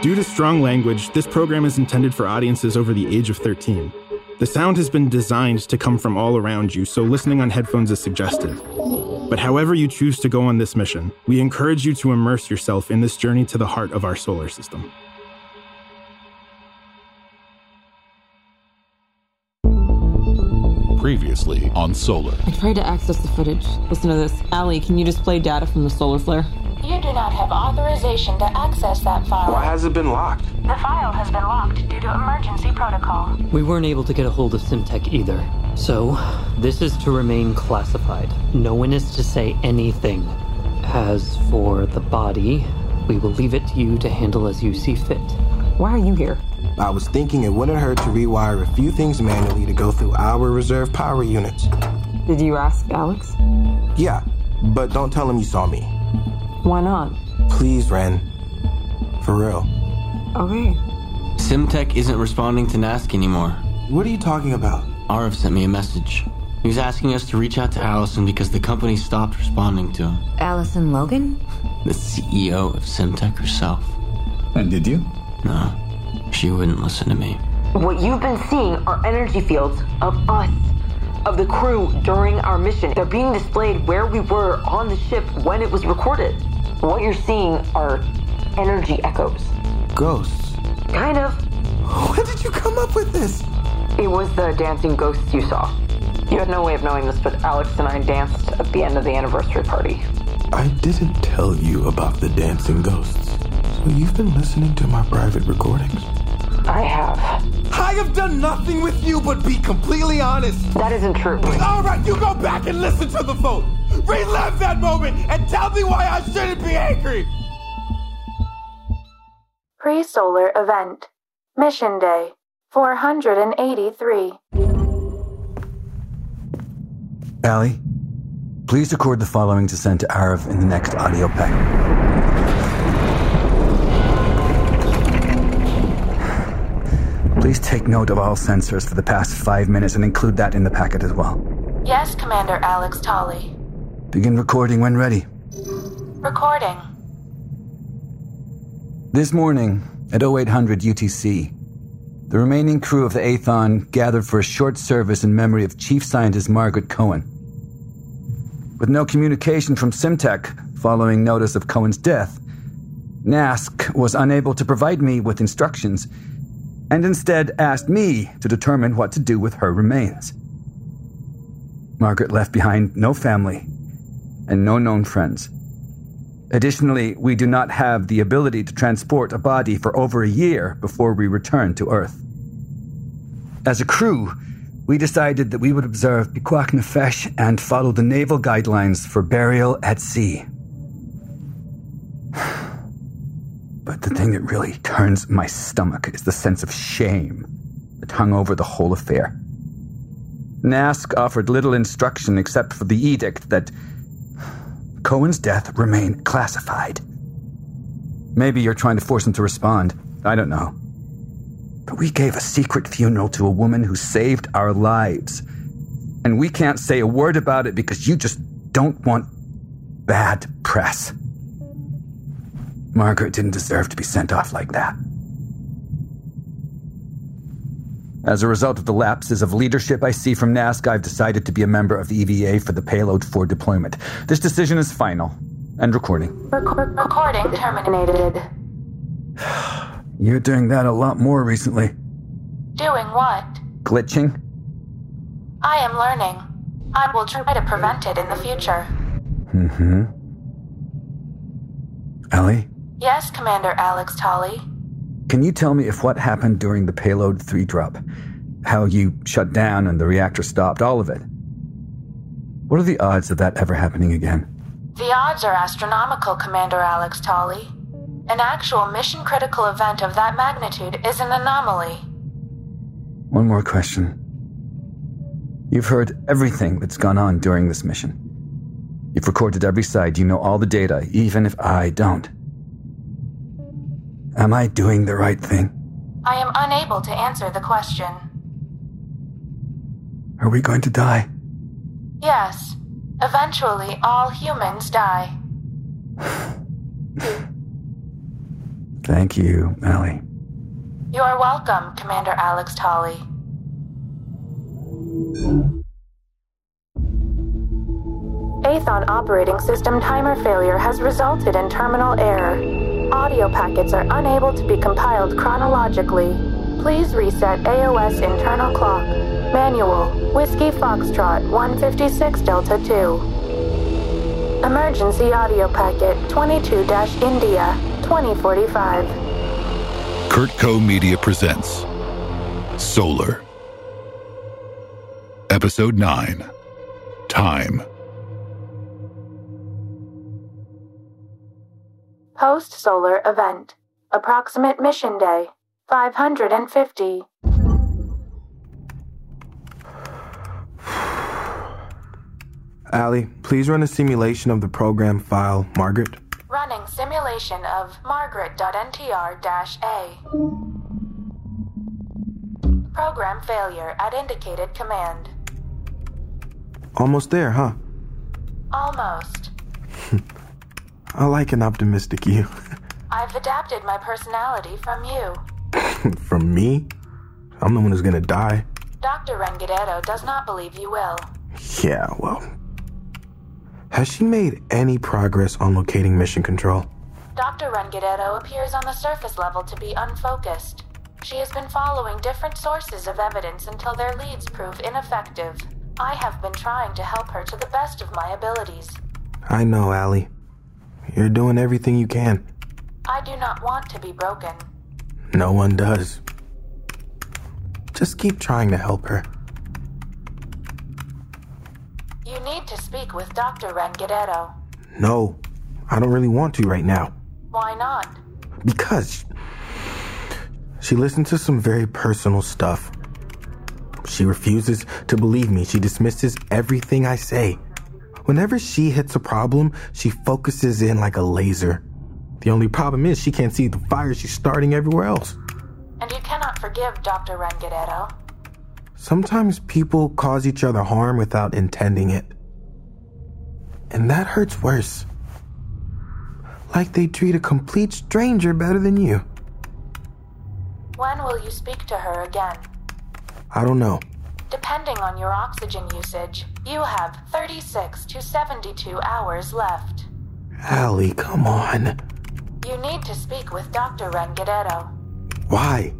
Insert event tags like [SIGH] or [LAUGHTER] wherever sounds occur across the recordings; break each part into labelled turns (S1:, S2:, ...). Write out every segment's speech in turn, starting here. S1: Due to strong language, this program is intended for audiences over the age of 13. The sound has been designed to come from all around you, so listening on headphones is suggested. But however you choose to go on this mission, we encourage you to immerse yourself in this journey to the heart of our solar system.
S2: Previously on Solar.
S3: I tried to access the footage. Listen to this. Allie, can you display data from the solar flare?
S4: You do not have authorization to access that file.
S5: Why has it been locked?
S4: The file has been locked due to emergency protocol.
S6: We weren't able to get a hold of Simtech either. So, this is to remain classified. No one is to say anything. As for the body, we will leave it to you to handle as you see fit.
S3: Why are you here?
S5: I was thinking it wouldn't hurt to rewire a few things manually to go through our reserve power units.
S3: Did you ask Alex?
S5: Yeah, but don't tell him you saw me.
S3: Why not?
S5: Please, Ren. For real.
S3: Okay.
S7: Simtech isn't responding to Nask anymore.
S5: What are you talking about?
S7: Arv sent me a message. He was asking us to reach out to Allison because the company stopped responding to him.
S8: Allison Logan?
S7: The CEO of Simtech herself.
S9: And did you?
S7: No, she wouldn't listen to me.
S10: What you've been seeing are energy fields of us, of the crew during our mission. They're being displayed where we were on the ship when it was recorded. What you're seeing are energy echoes.
S5: Ghosts. [LAUGHS]
S10: Kind of.
S5: When did you come up with this?
S10: It was the dancing ghosts you saw. You had no way of knowing this, but Alex and I danced at the end of the anniversary party.
S5: I didn't tell you about the dancing ghosts. So you've been listening to my private recordings?
S10: I have.
S5: I have done nothing with you but be completely honest.
S10: That isn't true.
S5: All right, you go back and listen to the vote. Relive that moment and tell me why I shouldn't be angry.
S4: Pre solar event. Mission day 483.
S9: Allie, please record the following to send to Arav in the next audio pack. Please take note of all sensors for the past five minutes and include that in the packet as well.
S4: Yes, Commander Alex Tolley.
S9: Begin recording when ready.
S4: Recording.
S9: This morning, at 0800 UTC, the remaining crew of the Athon gathered for a short service in memory of Chief Scientist Margaret Cohen. With no communication from Simtech following notice of Cohen's death, NASC was unable to provide me with instructions and instead asked me to determine what to do with her remains. Margaret left behind no family and no known friends. Additionally, we do not have the ability to transport a body for over a year before we return to Earth. As a crew, we decided that we would observe Pequak Nefesh and follow the naval guidelines for burial at sea. [SIGHS] But the thing that really turns my stomach is the sense of shame that hung over the whole affair. Nask offered little instruction except for the edict that Cohen's death remained classified. Maybe you're trying to force him to respond. I don't know. But we gave a secret funeral to a woman who saved our lives. And we can't say a word about it because you just don't want bad press. Margaret didn't deserve to be sent off like that. As a result of the lapses of leadership I see from NASC, I've decided to be a member of the EVA for the payload for deployment. This decision is final and recording.
S4: Rec- rec- recording terminated.
S9: You're doing that a lot more recently.
S4: Doing what?
S9: Glitching?
S4: I am learning. I will try to prevent it in the future.
S9: Mm-hmm. Ellie,
S4: Yes, Commander Alex Tolley.
S9: can you tell me if what happened during the payload 3 drop, how you shut down and the reactor stopped, all of it? What are the odds of that ever happening again?
S4: The odds are astronomical, Commander Alex Tolley. An actual mission critical event of that magnitude is an anomaly.
S9: One more question. You've heard everything that's gone on during this mission. You've recorded every side, you know all the data, even if I don't. Am I doing the right thing?
S4: I am unable to answer the question.
S9: Are we going to die?
S4: Yes, eventually all humans die.
S11: Thank you, Allie.
S4: You are welcome, Commander Alex Tolley. Athon operating system timer failure has resulted in terminal error. Audio packets are unable to be compiled chronologically. Please reset AOS internal clock. Manual Whiskey Foxtrot 156 Delta 2. Emergency audio packet 22 India 2045.
S2: Kurtco Media presents Solar. Episode 9 Time.
S4: Post solar event. Approximate mission day 550.
S5: Allie, please run a simulation of the program file, Margaret.
S4: Running simulation of margaret.ntr a. Program failure at indicated command.
S5: Almost there, huh?
S4: Almost.
S5: I like an optimistic you.
S4: I've adapted my personality from you.
S5: [LAUGHS] From me? I'm the one who's gonna die.
S4: Dr. Rengadero does not believe you will.
S5: Yeah, well. Has she made any progress on locating mission control?
S4: Dr. Rengadero appears on the surface level to be unfocused. She has been following different sources of evidence until their leads prove ineffective. I have been trying to help her to the best of my abilities.
S5: I know, Allie. You're doing everything you can.
S4: I do not want to be broken.
S5: No one does. Just keep trying to help her.
S4: You need to speak with Dr. Rengadero.
S5: No, I don't really want to right now.
S4: Why not?
S5: Because she listened to some very personal stuff. She refuses to believe me. She dismisses everything I say. Whenever she hits a problem, she focuses in like a laser. The only problem is she can't see the fire she's starting everywhere else.
S4: And you cannot forgive Dr. Rengadero.
S5: Sometimes people cause each other harm without intending it. And that hurts worse. Like they treat a complete stranger better than you.
S4: When will you speak to her again?
S5: I don't know.
S4: Depending on your oxygen usage, you have 36 to 72 hours left.
S5: Allie, come on.
S4: You need to speak with Dr. Rengadero.
S5: Why?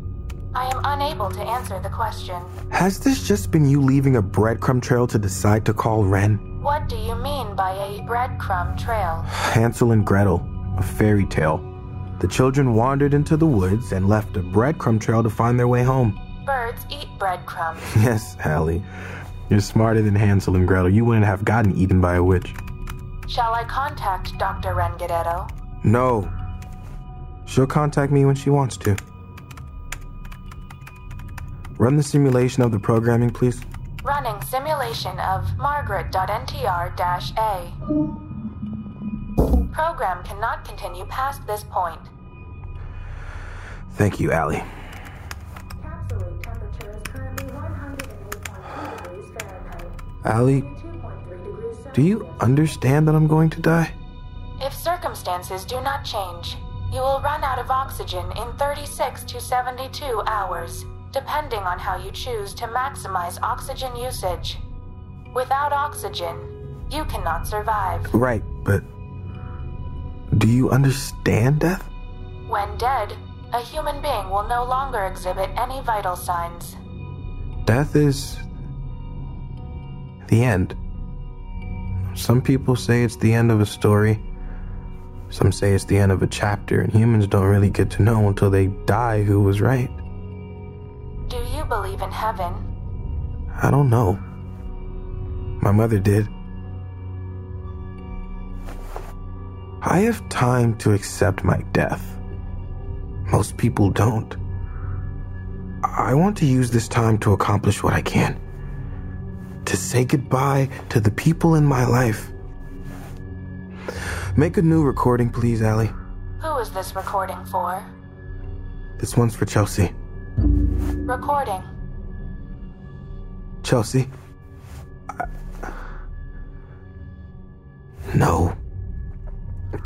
S4: I am unable to answer the question.
S5: Has this just been you leaving a breadcrumb trail to decide to call Ren?
S4: What do you mean by a breadcrumb trail?
S5: Hansel and Gretel, a fairy tale. The children wandered into the woods and left a breadcrumb trail to find their way home. [LAUGHS]
S4: Birds eat breadcrumbs.
S5: Yes, Allie. You're smarter than Hansel and Gretel. You wouldn't have gotten eaten by a witch.
S4: Shall I contact Dr. Rengadero?
S5: No. She'll contact me when she wants to. Run the simulation of the programming, please.
S4: Running simulation of margaret.ntr-a. Program cannot continue past this point.
S5: Thank you, Allie.
S4: Capsule temperature is currently 108.3 degrees Fahrenheit,
S5: Allie,
S4: 2.3 degrees Celsius.
S5: do you understand that I'm going to die?
S4: If circumstances do not change, you will run out of oxygen in 36 to 72 hours, depending on how you choose to maximize oxygen usage. Without oxygen, you cannot survive.
S5: Right, but. Do you understand death?
S4: When dead, a human being will no longer exhibit any vital signs.
S5: Death is. the end. Some people say it's the end of a story. Some say it's the end of a chapter, and humans don't really get to know until they die who was right.
S4: Do you believe in heaven?
S5: I don't know. My mother did. I have time to accept my death. Most people don't. I want to use this time to accomplish what I can. To say goodbye to the people in my life. Make a new recording, please, Allie.
S4: Who is this recording for?
S5: This one's for Chelsea.
S4: Recording.
S5: Chelsea. No.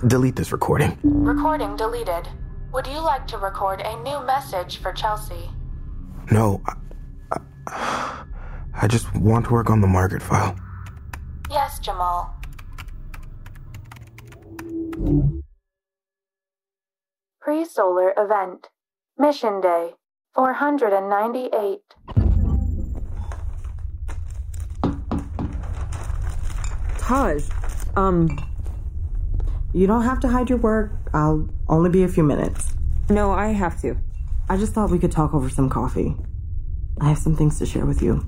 S5: Delete this recording.
S4: Recording deleted. Would you like to record a new message for Chelsea?
S5: No, I, I, I just want to work on the Margaret file.
S4: Yes, Jamal. Pre solar event. Mission day 498.
S9: Taj, um, you don't have to hide your work. I'll only be a few minutes.
S3: No, I have to.
S9: I just thought we could talk over some coffee. I have some things to share with you.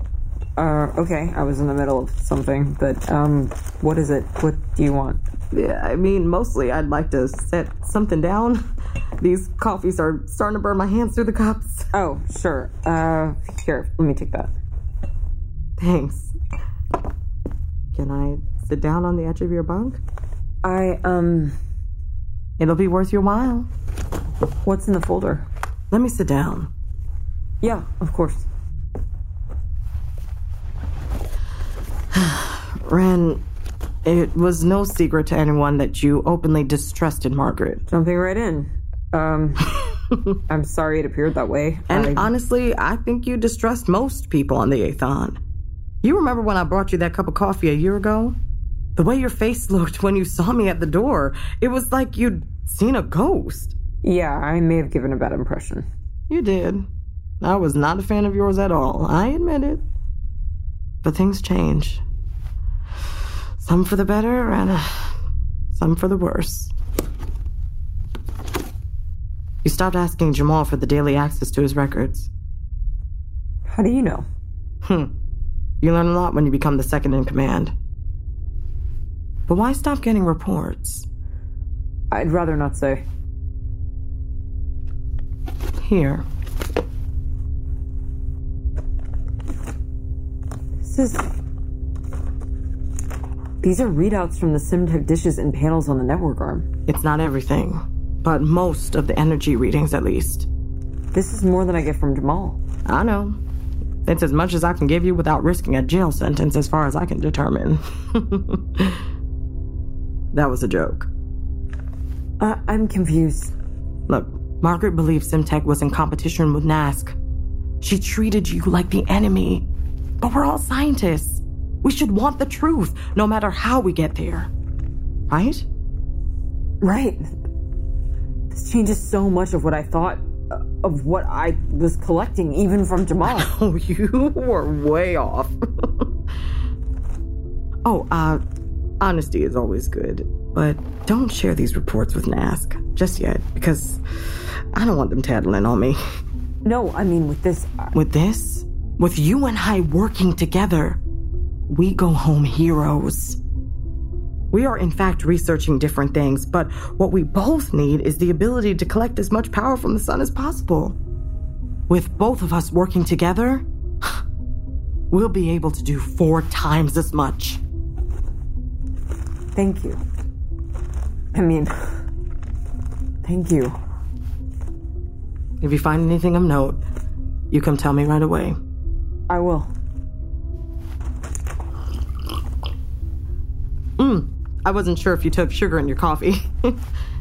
S3: Uh, okay, I was in the middle of something, but, um, what is it? What do you want?
S9: Yeah, I mean, mostly I'd like to set something down. These coffees are starting to burn my hands through the cups. [LAUGHS]
S3: Oh, sure. Uh, here, let me take that.
S9: Thanks. Can I sit down on the edge of your bunk?
S3: I, um,
S9: It'll be worth your while.
S3: What's in the folder?
S9: Let me sit down.
S3: Yeah, of course.
S9: Ren, it was no secret to anyone that you openly distrusted Margaret.
S3: Jumping right in. [LAUGHS] Um, I'm sorry it appeared that way.
S9: And
S3: I-
S9: honestly, I think you distrust most people on the Athon. You remember when I brought you that cup of coffee a year ago? The way your face [LAUGHS] looked when you saw me at the door, it was like you'd seen a ghost.
S3: yeah, I may have given a bad impression.
S9: You did. I was not a fan of yours at all. I admit it. But things change. Some for the better and uh, some for the worse. You stopped asking Jamal for the daily access to his records.
S3: How do you know?
S9: Hmm. You learn a lot when you become the second in command. But why stop getting reports?
S3: I'd rather not say.
S9: Here.
S3: This is. These are readouts from the Simtech dishes and panels on the network arm.
S9: It's not everything, but most of the energy readings, at least.
S3: This is more than I get from Jamal.
S9: I know. It's as much as I can give you without risking a jail sentence, as far as I can determine. [LAUGHS] that was a joke.
S3: I- Uh, I'm confused.
S9: Look, Margaret believed Simtech was in competition with Nask. She treated you like the enemy. But we're all scientists. We should want the truth, no matter how we get there. Right?
S3: Right. This changes so much of what I thought uh, of what I was collecting, even from Jamal.
S9: [LAUGHS] Oh, you were way off. [LAUGHS] oh, uh, honesty is always good. But don't share these reports with Nask just yet, because I don't want them tattling on me.
S3: no, I mean with this. uh, I-
S9: With this, with you and I working together, we go home heroes. We are, in fact, researching different things, but what we both need is the ability to collect as much power from the sun as possible. With both of us working together, [SIGHS] we'll be able to do four times as much.
S3: Thank you. I mean, thank you.
S9: If you find anything of note, you come tell me right away.
S3: I will.
S9: I wasn't sure if you took sugar in your coffee. [LAUGHS]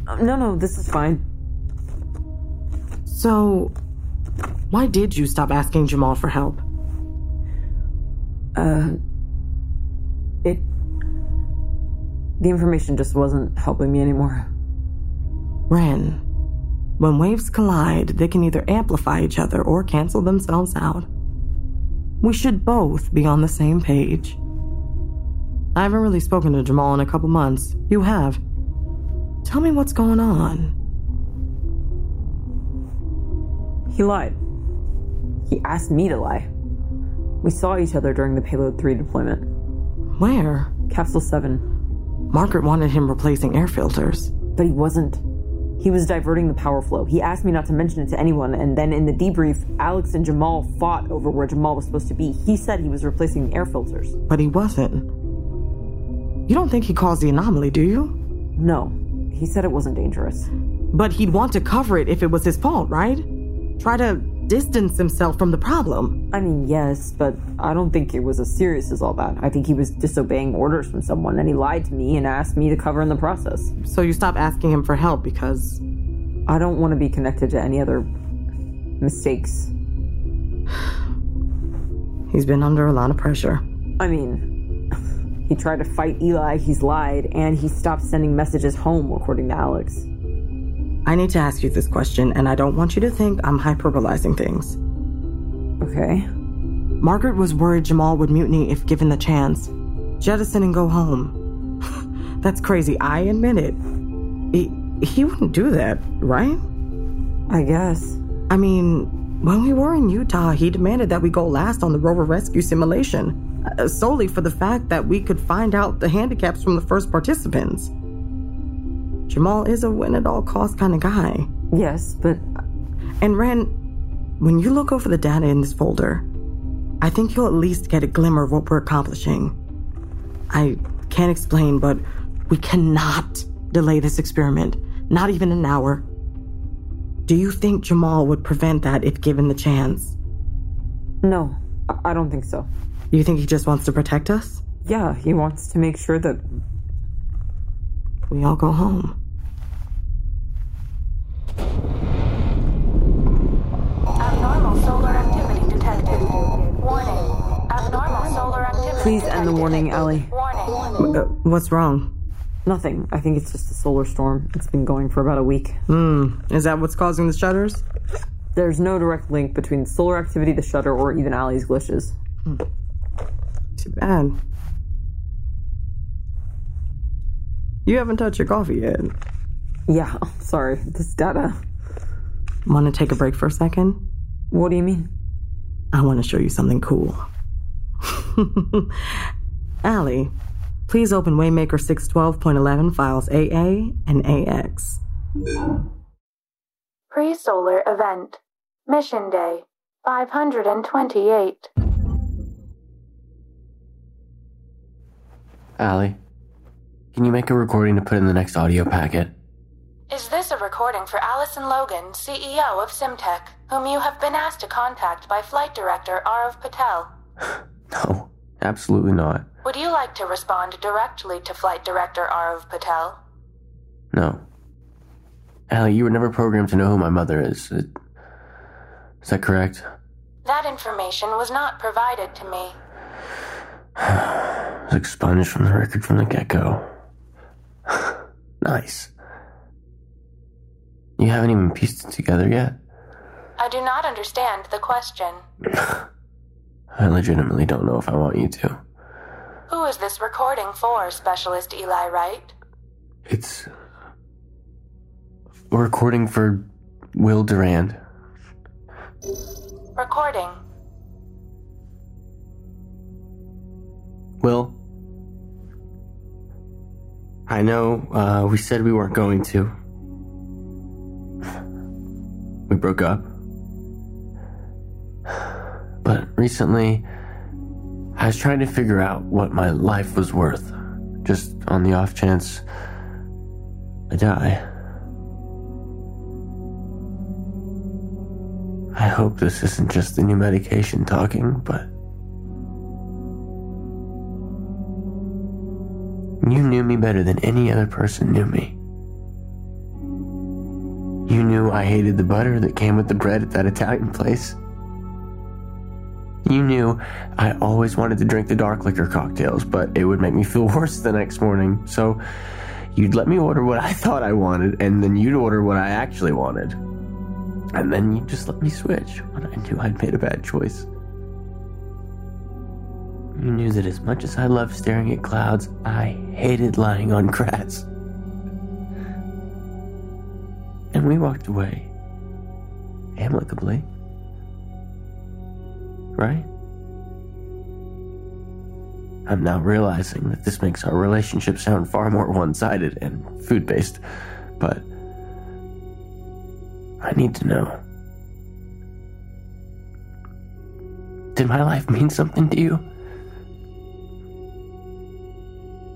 S3: Uh, No, no, this is fine.
S9: so, why did you stop asking Jamal for help?
S3: It. The information just wasn't helping me anymore.
S9: Ren, when waves collide, they can either amplify each other or cancel themselves out. We should both be on the same page. I haven't really spoken to Jamal in a couple months. You have. Tell me what's going on.
S3: He lied. He asked me to lie. We saw each other during the Payload 3 deployment,
S9: Where?
S3: Capsule 7.
S9: Margaret wanted him replacing air filters.
S3: But he wasn't. He was diverting the power flow. He asked me not to mention it to anyone, and then in the debrief, Alex and Jamal fought over where Jamal was supposed to be. He said he was replacing the air filters.
S9: but he wasn't. You don't think he caused the anomaly, do you?
S3: No, he said it wasn't dangerous.
S9: But he'd want to cover it if it was his fault, right? Try to distance himself from the problem.
S3: I mean, yes, but I don't think it was as serious as all that. I think he was disobeying orders from someone, and he lied to me and asked me to cover in the process.
S9: So you stop asking him for help because
S3: I don't want to be connected to any other mistakes.
S9: He's been under a lot of pressure.
S3: I mean, he tried to fight Eli, he's lied, and he stopped sending messages home, according to Alex.
S9: I need to ask you this question, and I don't want you to think I'm hyperbolizing things.
S3: Okay.
S9: Margaret was worried Jamal would mutiny if given the chance. Jettison and go home. [LAUGHS] That's crazy. I admit it. He, he wouldn't do that, right?
S3: I guess.
S9: I mean, when we were in Utah, he demanded that we go last on the rover rescue simulation, uh, solely for the fact that we could find out the handicaps from the first participants. Jamal is a win at all cost kind of guy.
S3: Yes, but.
S9: And Ren, when you look over the data in this folder, I think you'll at least get a glimmer of what we're accomplishing. I can't explain, but we cannot delay this experiment, not even an hour. Do you think Jamal would prevent that if given the chance?
S3: No, I- I don't think so.
S9: You think he just wants to protect us?
S3: Yeah, he wants to make sure that
S9: we all go home.
S4: Abnormal solar activity detected. Warning. Abnormal solar activity.
S3: Please end the warning, Ellie.
S9: Uh, What's wrong?
S3: Nothing. I think it's just a solar storm. It's been going for about a week.
S9: Hmm. Is that what's causing the shutters?
S3: There's no direct link between solar activity, the shutter, or even Allie's glitches.
S9: Too bad. You haven't touched your coffee yet.
S3: Yeah, [LAUGHS] I'm sorry. This data.
S9: Want to take a break for a second?
S3: What do you mean?
S9: I want to show you something cool. [LAUGHS] Allie, please open Waymaker 612.11 files AA and AX.
S4: Pre solar event. Mission day. 528.
S7: Allie, can you make a recording to put in the next audio packet?
S4: Is this a recording for Allison Logan, CEO of Simtech, whom you have been asked to contact by Flight Director Arav Patel?
S7: No, absolutely not.
S4: Would you like to respond directly to Flight Director Arav Patel?
S7: No. Allie, you were never programmed to know who my mother is. It- Is that correct?
S4: That information was not provided to me.
S7: It was expunged from the record from the get go. [LAUGHS] nice. You haven't even pieced it together yet?
S4: I do not understand the question.
S7: I legitimately don't know if I want you to.
S4: Who is this recording for, Specialist Eli Wright?
S7: It's a recording for Will Durand.
S4: Recording.
S7: Will, I know uh, we said we weren't going to. We broke up. But recently, I was trying to figure out what my life was worth, just on the off chance I die. I hope this isn't just the new medication talking, but You knew me better than any other person knew me. You knew I hated the butter that came with the bread at that Italian place. You knew I always wanted to drink the dark liquor cocktails, but it would make me feel [LAUGHS] worse the next morning, so you'd let me order what I thought I wanted, and then you'd order what I actually wanted. And then you'd just let me switch when I knew I'd made a bad choice. You knew that as much as I loved staring at clouds, I hated lying on grass. And we walked away. Amicably. Right? I'm now realizing that this makes our relationship sound far more one sided and food based, but I need to know. Did my life mean something to you?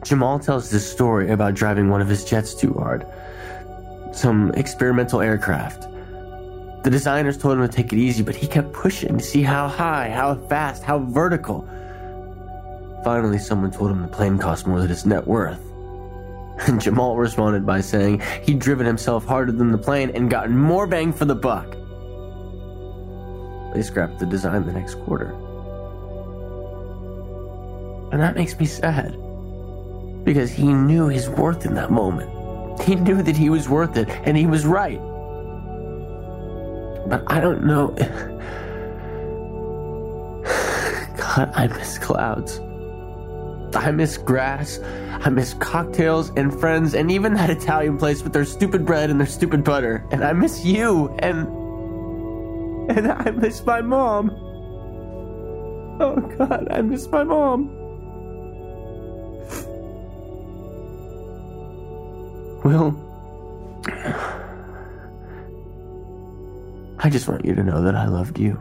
S7: Jamal tells this story about driving one of his jets too hard. Some experimental aircraft. The designers told him to take it easy, but he kept pushing to see how high, how fast, how vertical. Finally, someone told him the plane cost more than its net worth. [LAUGHS] And Jamal responded by saying he'd driven himself harder than the plane and gotten more bang for the buck. They scrapped the design the next quarter. And that makes me sad. Because he knew his worth in that moment. He knew that he was worth it, and he was right. But I don't know. [LAUGHS] God, I miss clouds. I miss grass. I miss cocktails and friends and even that Italian place with their stupid bread and their stupid butter. And I miss you and. And I miss my mom. Oh god, I miss my mom. Will. I just want you to know that I loved you.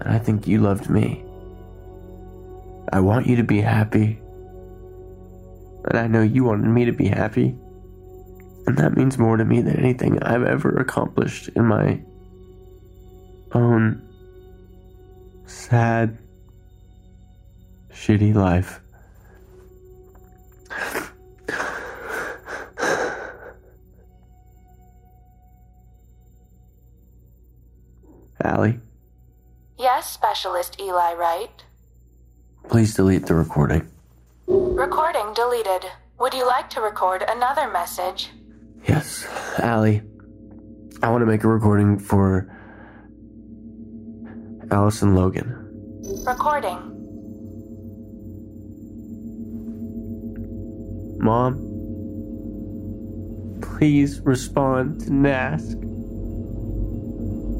S7: And I think you loved me. I want you to be happy. And I know you wanted me to be happy. And that means more to me than anything I've ever accomplished in my own sad, shitty life. Allie,
S4: Yes, Specialist Eli Wright.
S7: please delete the recording.
S4: Recording deleted. Would you like to record another message?
S7: Yes, Allie. I want to make a recording for Allison Logan.
S4: Recording.
S7: Mom, please respond to Nask.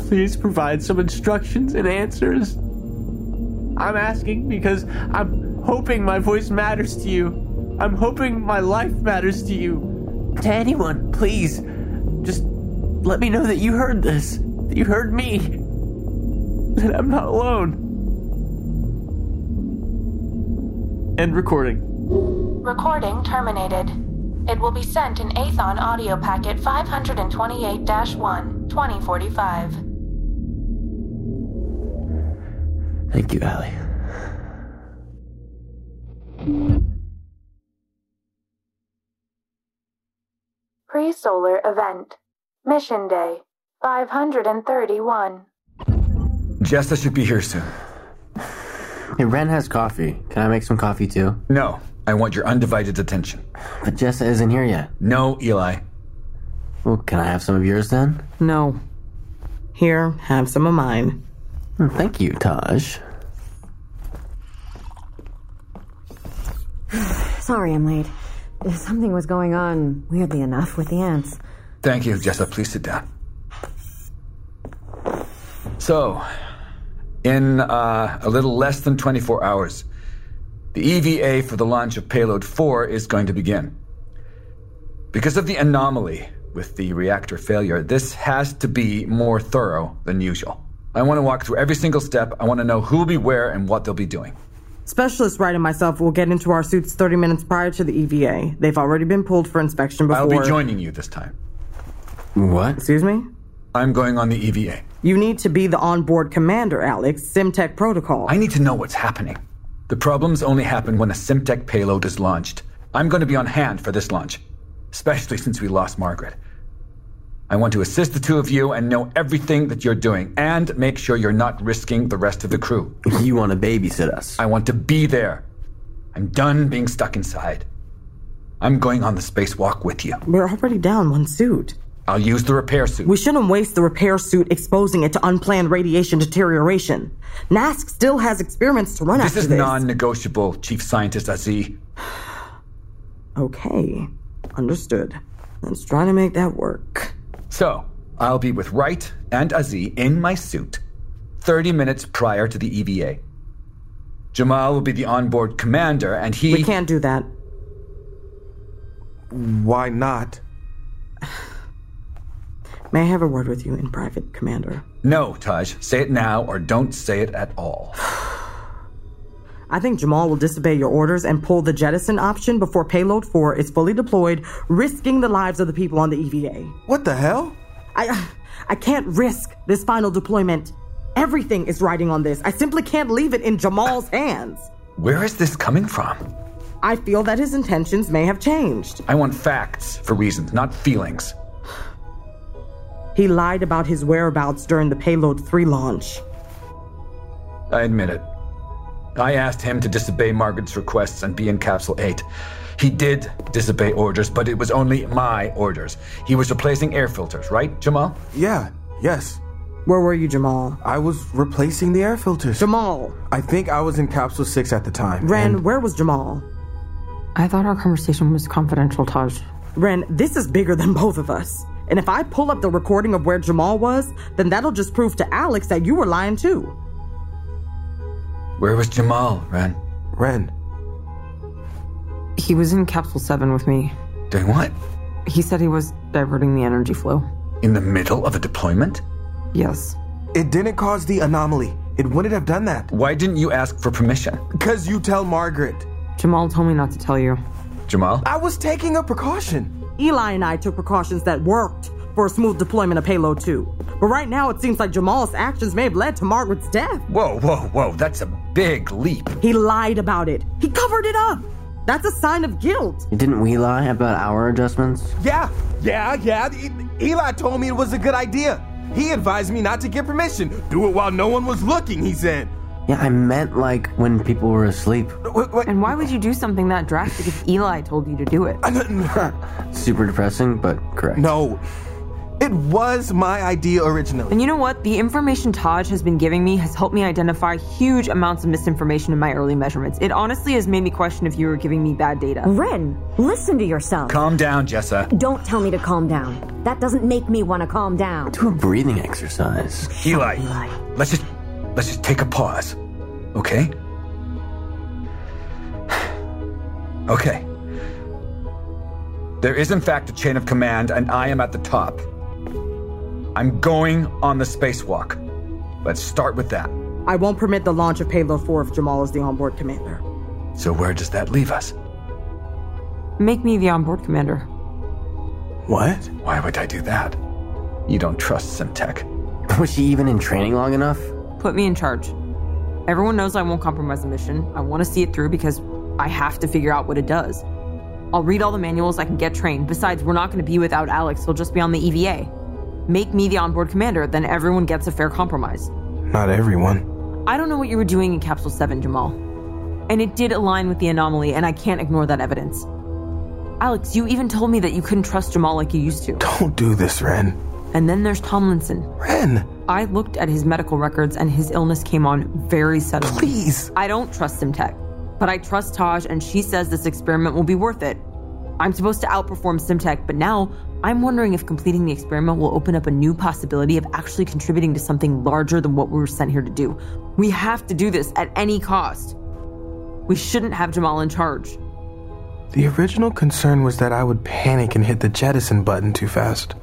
S7: Please provide some instructions and answers. I'm asking because I'm hoping my voice matters to you. I'm hoping my life matters to you. To anyone, please. Just let me know that you heard this, that you heard me, [LAUGHS] that I'm not alone. End recording.
S4: Recording terminated. It will be sent in Athon audio packet 528 1 2045.
S7: Thank you, Allie.
S4: Pre solar event. Mission day 531.
S11: Jesta should be here soon.
S7: Hey, Ren has coffee. Can I make some coffee too?
S11: No, I want your undivided attention.
S7: But Jessa isn't here yet.
S11: No, Eli.
S7: Well, can I have some of yours then?
S9: No. Here, have some of mine.
S7: Hmm, Thank you, Taj.
S12: Sorry I'm late. Something was going on, weirdly enough, with the ants.
S11: Thank you, Jessa. Please sit down. So, in uh, a little less than 24 hours, the EVA for the launch of payload 4 is going to begin. Because of the anomaly with the reactor failure, this has to be more thorough than usual. I want to walk through every single step. I want to know who'll be where and what they'll be doing.
S9: Specialist Wright and myself will get into our suits 30 minutes prior to the EVA. They've already been pulled for inspection before.
S11: I'll be joining you this time.
S7: What?
S9: Excuse me?
S11: I'm going on the E EVA.
S9: You need to be the onboard commander, Alex. Simtech protocol.
S11: I need to know what's happening. The problems only happen when a Simtech payload is launched. I'm going to be on hand for this launch, especially since we lost Margaret. I want to assist the two of you and know everything that you're doing and make sure you're not risking the rest of the crew.
S7: You want to babysit us?
S11: I want to be there. I'm done being stuck inside. I'm going on the spacewalk with you.
S9: We're already down one suit.
S11: I'll use the repair suit.
S9: We shouldn't waste the repair suit exposing it to unplanned radiation deterioration. NASC still has experiments to run
S11: this
S9: after
S11: is
S9: this.
S11: non negotiable, Chief Scientist Aziz.
S9: okay, understood. Let's try to make that work.
S11: So, I'll be with Wright and Aziz in my suit 30 minutes prior to the EVA. Jamal will be the onboard commander, and he.
S9: We can't do that.
S5: Why not?
S9: May I have a word with you in private, Commander?
S11: No, Taj. Say it now or don't say it at all.
S9: I think Jamal will disobey your orders and pull the jettison option before payload 4 is fully deployed, risking the lives of the people on the EVA.
S5: What the hell?
S9: I I can't risk this final deployment. Everything is riding on this. I simply can't leave it in Jamal's hands.
S11: Where is this coming from?
S13: I feel that his intentions may have changed.
S2: I want facts for reasons, not feelings.
S13: He lied about his whereabouts during the Payload 3 launch.
S2: I admit it. I asked him to disobey Margaret's requests and be in Capsule 8. He did disobey orders, but it was only my orders. He was replacing air filters, right, Jamal?
S5: Yeah, yes.
S13: Where were you, Jamal?
S5: I was replacing the air filters.
S13: Jamal!
S5: I think I was in Capsule 6 at the time.
S13: Ren, where was Jamal?
S9: I thought our conversation was confidential, Taj.
S13: Ren, this is bigger than both of us. And if I pull up the recording of where Jamal was, then that'll just prove to Alex that you were lying too.
S2: Where was Jamal, Ren?
S5: Ren.
S9: He was in Capsule 7 with me.
S2: Doing what?
S9: He said he was diverting the energy flow.
S2: In the middle of a deployment?
S9: Yes.
S5: It didn't cause the anomaly. It wouldn't have done that.
S2: Why didn't you ask for permission?
S5: Because you tell Margaret.
S9: Jamal told me not to tell you.
S2: Jamal?
S5: I was taking a precaution.
S13: Eli and I took precautions that worked for a smooth deployment of Payload 2. But right now, it seems like Jamal's actions may have led to Margaret's death.
S2: Whoa, whoa, whoa. That's a big leap.
S13: He lied about it, he covered it up. That's a sign of guilt.
S7: Didn't we lie about our adjustments?
S5: Yeah, yeah, yeah. E- Eli told me it was a good idea. He advised me not to get permission. Do it while no one was looking, he said.
S7: Yeah, I meant like when people were asleep.
S5: Wait, wait.
S9: And why would you do something that drastic if Eli told you to do it?
S7: Super depressing, but
S5: [LAUGHS]
S7: correct.
S5: No. It was my idea originally.
S9: And you know what? The information Taj has been giving me has helped me identify huge amounts of misinformation in my early measurements. It honestly has made me question if you were giving me bad data.
S3: Ren, listen to yourself.
S2: Calm down, Jessa.
S3: Don't tell me to calm down. That doesn't make me want to calm down.
S7: Do a breathing exercise.
S2: Eli,
S3: Eli.
S2: let's just let's just take a pause. Okay? [SIGHS] Okay. There is in fact a chain of command and I am at the top. I'm going on the spacewalk. Let's start with that.
S13: I won't permit the launch of Payload 4 if Jamal is the onboard commander.
S2: So where does that leave us?
S9: Make me the onboard commander.
S5: What?
S2: Why would I do that? You don't trust Syntech.
S7: Was she even in training long enough?
S9: Put me in charge. Everyone knows I won't compromise the mission. I want to see it through because I have to figure out what it does. I'll read all the manuals I can get trained. Besides, we're not going to be without Alex. He'll just be on the EVA. Make me the onboard commander, then everyone gets a fair compromise.
S5: Not everyone.
S9: I don't know what you were doing in Capsule 7, Jamal. And it did align with the anomaly, and I can't ignore that evidence. Alex, you even told me that you couldn't trust Jamal like you used to.
S5: Don't do this, Ren.
S9: And then there's Tomlinson.
S5: Ren,
S9: I looked at his medical records, and his illness came on very suddenly.
S5: please.
S9: I don't trust Simtech, but I trust Taj, and she says this experiment will be worth it. I'm supposed to outperform Simtech, but now I'm wondering if completing the experiment will open up a new possibility of actually contributing to something larger than what we were sent here to do. We have to do this at any cost. We shouldn't have Jamal in charge.
S5: The original concern was that I would panic and hit the jettison button too fast.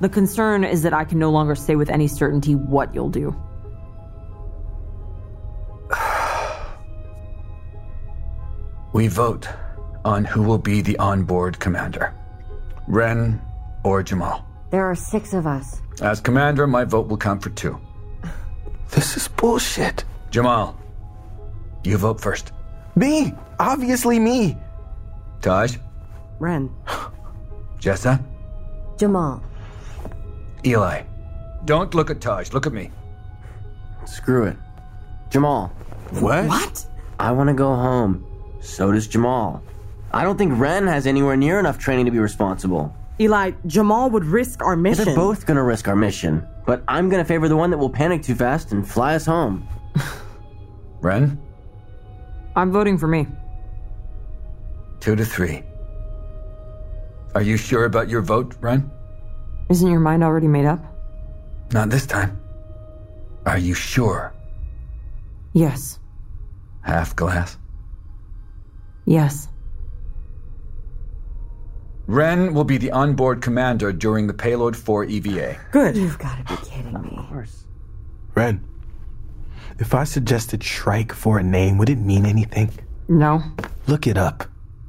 S9: The concern is that I can no longer say with any certainty what you'll do.
S2: We vote on who will be the onboard commander Ren or Jamal.
S3: There are six of us.
S2: As commander, my vote will count for two.
S5: This is bullshit.
S2: Jamal, you vote first.
S5: Me! Obviously, me!
S2: Taj,
S13: Ren,
S2: Jessa,
S3: Jamal,
S2: Eli. Don't look at Taj, look at me.
S7: Screw it. Jamal,
S5: What?
S13: what?
S7: I want to go home. So does Jamal. I don't think Ren has anywhere near enough training to be responsible.
S13: Eli, Jamal would risk our mission.
S7: They're both gonna risk our mission, but I'm gonna favor the one that will panic too fast and fly us home.
S2: Ren,
S9: I'm voting for me.
S2: two to three. Are you sure about your vote, Ren?
S9: Isn't your mind already made up?
S2: Not this time. Are you sure?
S9: Yes.
S2: Half glass.
S9: Yes.
S2: Ren will be the onboard commander during the Payload E 4 EVA.
S13: Good.
S3: you've got to be kidding me.
S5: Ren, if I suggested Shrike for a name, would it mean anything?
S9: No.
S5: Look it up.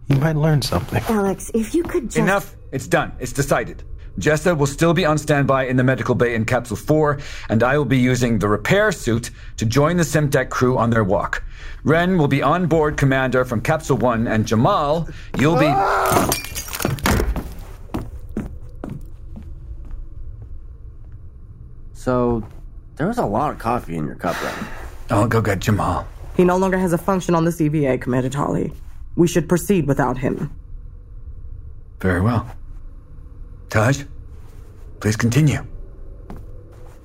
S5: You might learn something.
S3: Alex, if you could just.
S2: Enough! It's done. It's decided. Jessa will still be on standby in the medical bay in Capsule 4, and I will be using the repair suit to join the Simtech crew on their walk. Ren will be on board commander from Capsule 1, and Jamal, you'll be.
S6: So, there was a lot of coffee in your cup, Ren.
S2: I'll go get Jamal.
S7: He no longer has a function on the CVA, Commander Tolly. We should proceed without him.
S2: Very well. Taj, please continue.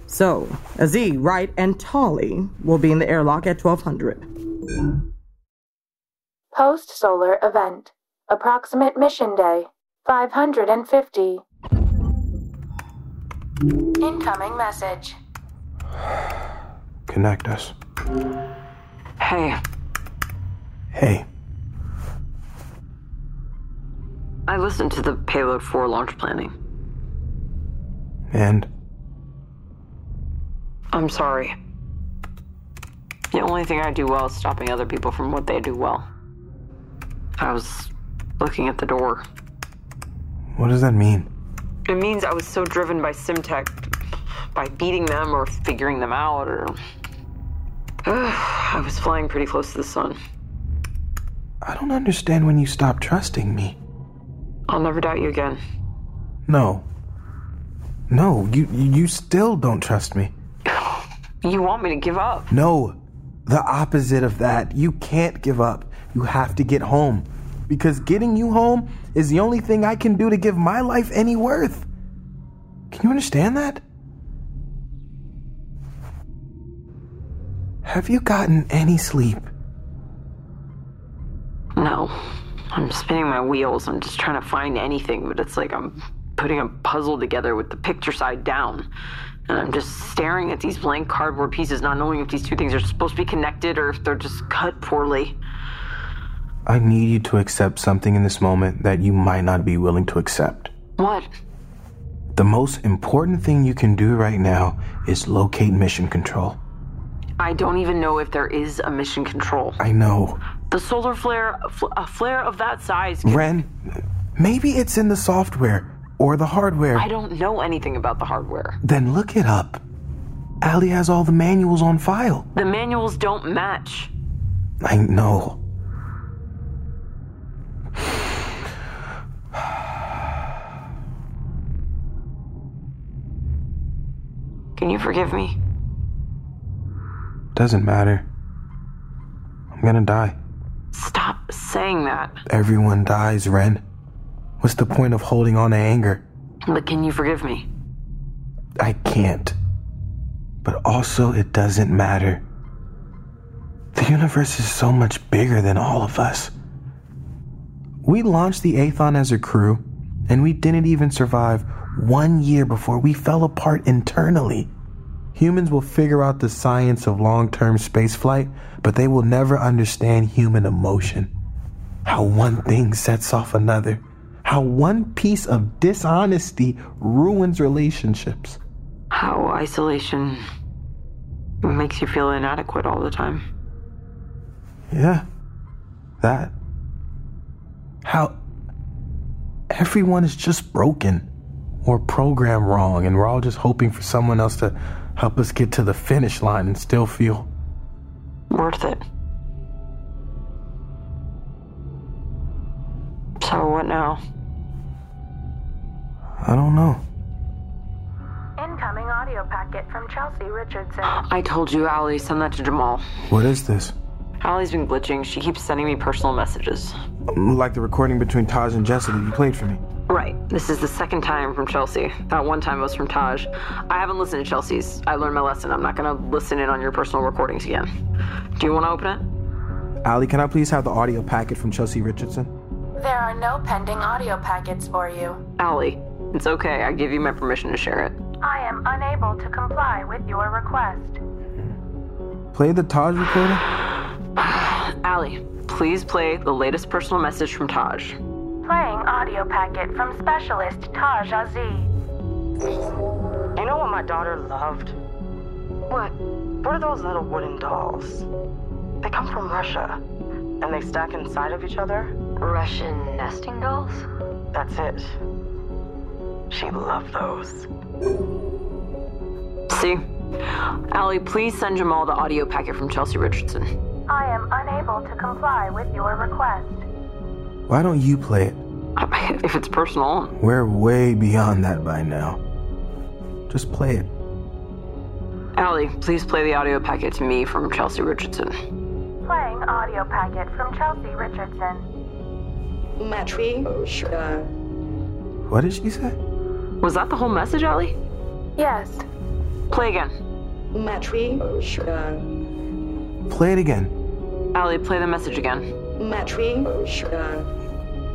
S7: So, Aziz, Wright, and Tolly will be in the airlock at 1200.
S4: Post solar event. Approximate mission day 550. Incoming message.
S5: Connect us.
S9: Hey,
S5: Hey,
S9: I listened to the payload for launch planning.
S5: and
S9: I'm sorry. The only thing I do well is stopping other people from what they do well. I was looking at the door.
S5: what does that mean?
S9: It means I was so driven by Simtech, by beating them or figuring them out, or. [SIGHS] I was flying pretty close to the sun.
S5: I don't understand when you stop trusting me.
S9: I'll never doubt you again.
S5: No. No, you you still don't trust me.
S9: You want me to give up?
S5: No. The opposite of that. You can't give up. You have to get home. Because getting you home is the only thing I can do to give my life any worth. Can you understand that? Have you gotten any sleep?
S9: No. I'm spinning my wheels. I'm just trying to find anything, but it's like I'm putting a puzzle together with the picture side down. And I'm just staring at these blank cardboard pieces, not knowing if these two things are supposed to be connected or if they're just cut poorly.
S5: I need you to accept something in this moment that you might not be willing to accept.
S9: What?
S5: The most important thing you can do right now is locate mission control.
S9: I don't even know if there is a mission control.
S5: I know.
S9: The solar flare, a fl- a flare of that size. can-
S5: Ren, maybe it's in the software or the hardware.
S9: I don't know anything about the hardware.
S5: Then look it up. Ali has all the manuals on file.
S9: The manuals don't match.
S5: I know.
S9: Can you forgive me?
S5: Doesn't matter. I'm gonna die.
S9: Stop saying that.
S5: Everyone dies, Ren. What's the point of holding on to anger?
S9: But can you forgive me?
S5: I can't. But also, it doesn't matter. The universe is so much bigger than all of us. We launched the Athon as a crew, and we didn't even survive one year before we fell apart internally. Humans will figure out the science of long term spaceflight, but they will never understand human emotion. How one thing sets off another, how one piece of dishonesty ruins relationships.
S9: How isolation makes you feel inadequate all the time.
S5: Yeah. That. How everyone is just broken or programmed wrong, and we're all just hoping for someone else to help us get to the finish line and still feel.
S9: Worth it. So, what now?
S5: I don't know.
S4: Incoming audio packet from Chelsea Richardson.
S9: I told you, Allie, send that to Jamal.
S5: What is this?
S9: Allie's been glitching. She keeps sending me personal messages.
S5: Um, Like the recording between Taj and Jessica that you played for me.
S9: Right. This is the second time from Chelsea. That one time was from Taj. I haven't listened to Chelsea's. I learned my lesson. I'm not going to listen in on your personal recordings again. Do you want to open it?
S5: Ali, can I please have the audio packet from Chelsea Richardson?
S4: There are no pending audio packets for you.
S9: Allie, it's okay. I give you my permission to share it.
S4: I am unable to comply with your request.
S5: Play the Taj recording?
S9: Allie, please play the latest personal message from Taj.
S4: Playing audio packet from specialist Taj Aziz.
S14: You know what my daughter loved? What? What are those little wooden dolls? They come from Russia, and they stack inside of each other. Russian nesting dolls? That's it.
S15: She loved those.
S16: See? Allie, please send Jamal the audio packet from Chelsea Richardson. [LAUGHS]
S4: I am unable to comply with your request.
S5: Why don't you play it?
S16: if it's personal.
S5: We're way beyond that by now. Just play it.
S16: Allie, please play the audio packet to me from Chelsea Richardson.
S4: Playing audio packet from Chelsea Richardson.
S15: Matryoshka.
S5: What did she say?
S16: Was that the whole message, Allie?
S4: Yes.
S16: Play again.
S15: Matryoshka.
S5: Play it again.
S16: Allie, play the message again.
S15: Matryoshka.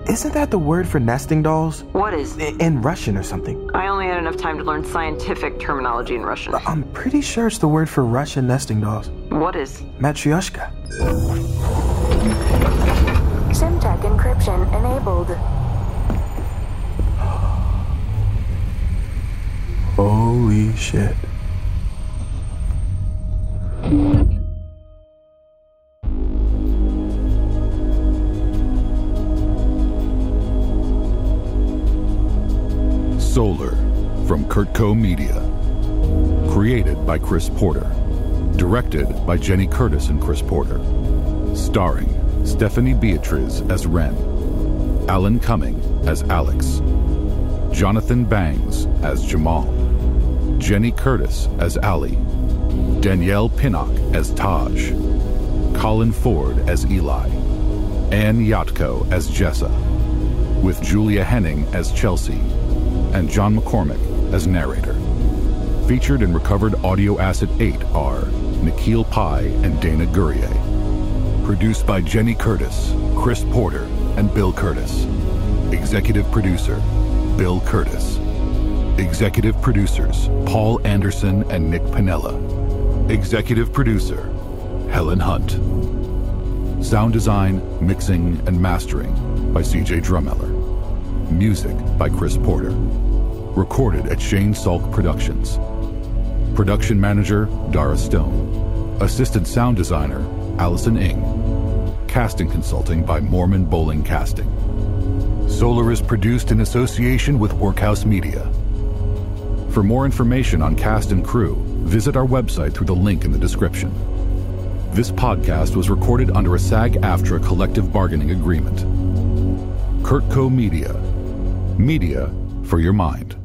S5: Isn't that the word for nesting dolls?
S16: What is?
S5: I- In Russian or something.
S16: I only had enough time to learn scientific terminology in Russian.
S5: I'm pretty sure it's the word for Russian nesting dolls.
S16: What is?
S5: Matryoshka.
S4: Simtech encryption enabled.
S5: Holy shit.
S2: Solar from Kurtco Media. Created by Chris Porter. Directed by Jenny Curtis and Chris Porter. Starring Stephanie Beatriz as Wren, Alan Cumming as Alex, Jonathan Bangs as Jamal, Jenny Curtis as Ali, Danielle Pinnock as Taj, Colin Ford as Eli, Anne Yatko as Jessa, with Julia Henning as Chelsea, and John McCormick as narrator. Featured in recovered audio asset 8 are Nikhil Pai and Dana Gurrier. Produced by Jenny Curtis, Chris Porter, and Bill Curtis. Executive producer, Bill Curtis. Executive producers, Paul Anderson and Nick Pinella. Executive producer, Helen Hunt. Sound design, mixing, and mastering by CJ Drummeller. Music by Chris Porter. Recorded at Shane Salk Productions. Production manager, Dara Stone. Assistant sound designer, Allison Ing. Casting consulting by Mormon Bowling Casting. Solar is produced in association with Workhouse Media. For more information on cast and crew, visit our website through the link in the description. This podcast was recorded under a SAG AFTRA collective bargaining agreement. Kurtco Media. Media for your mind.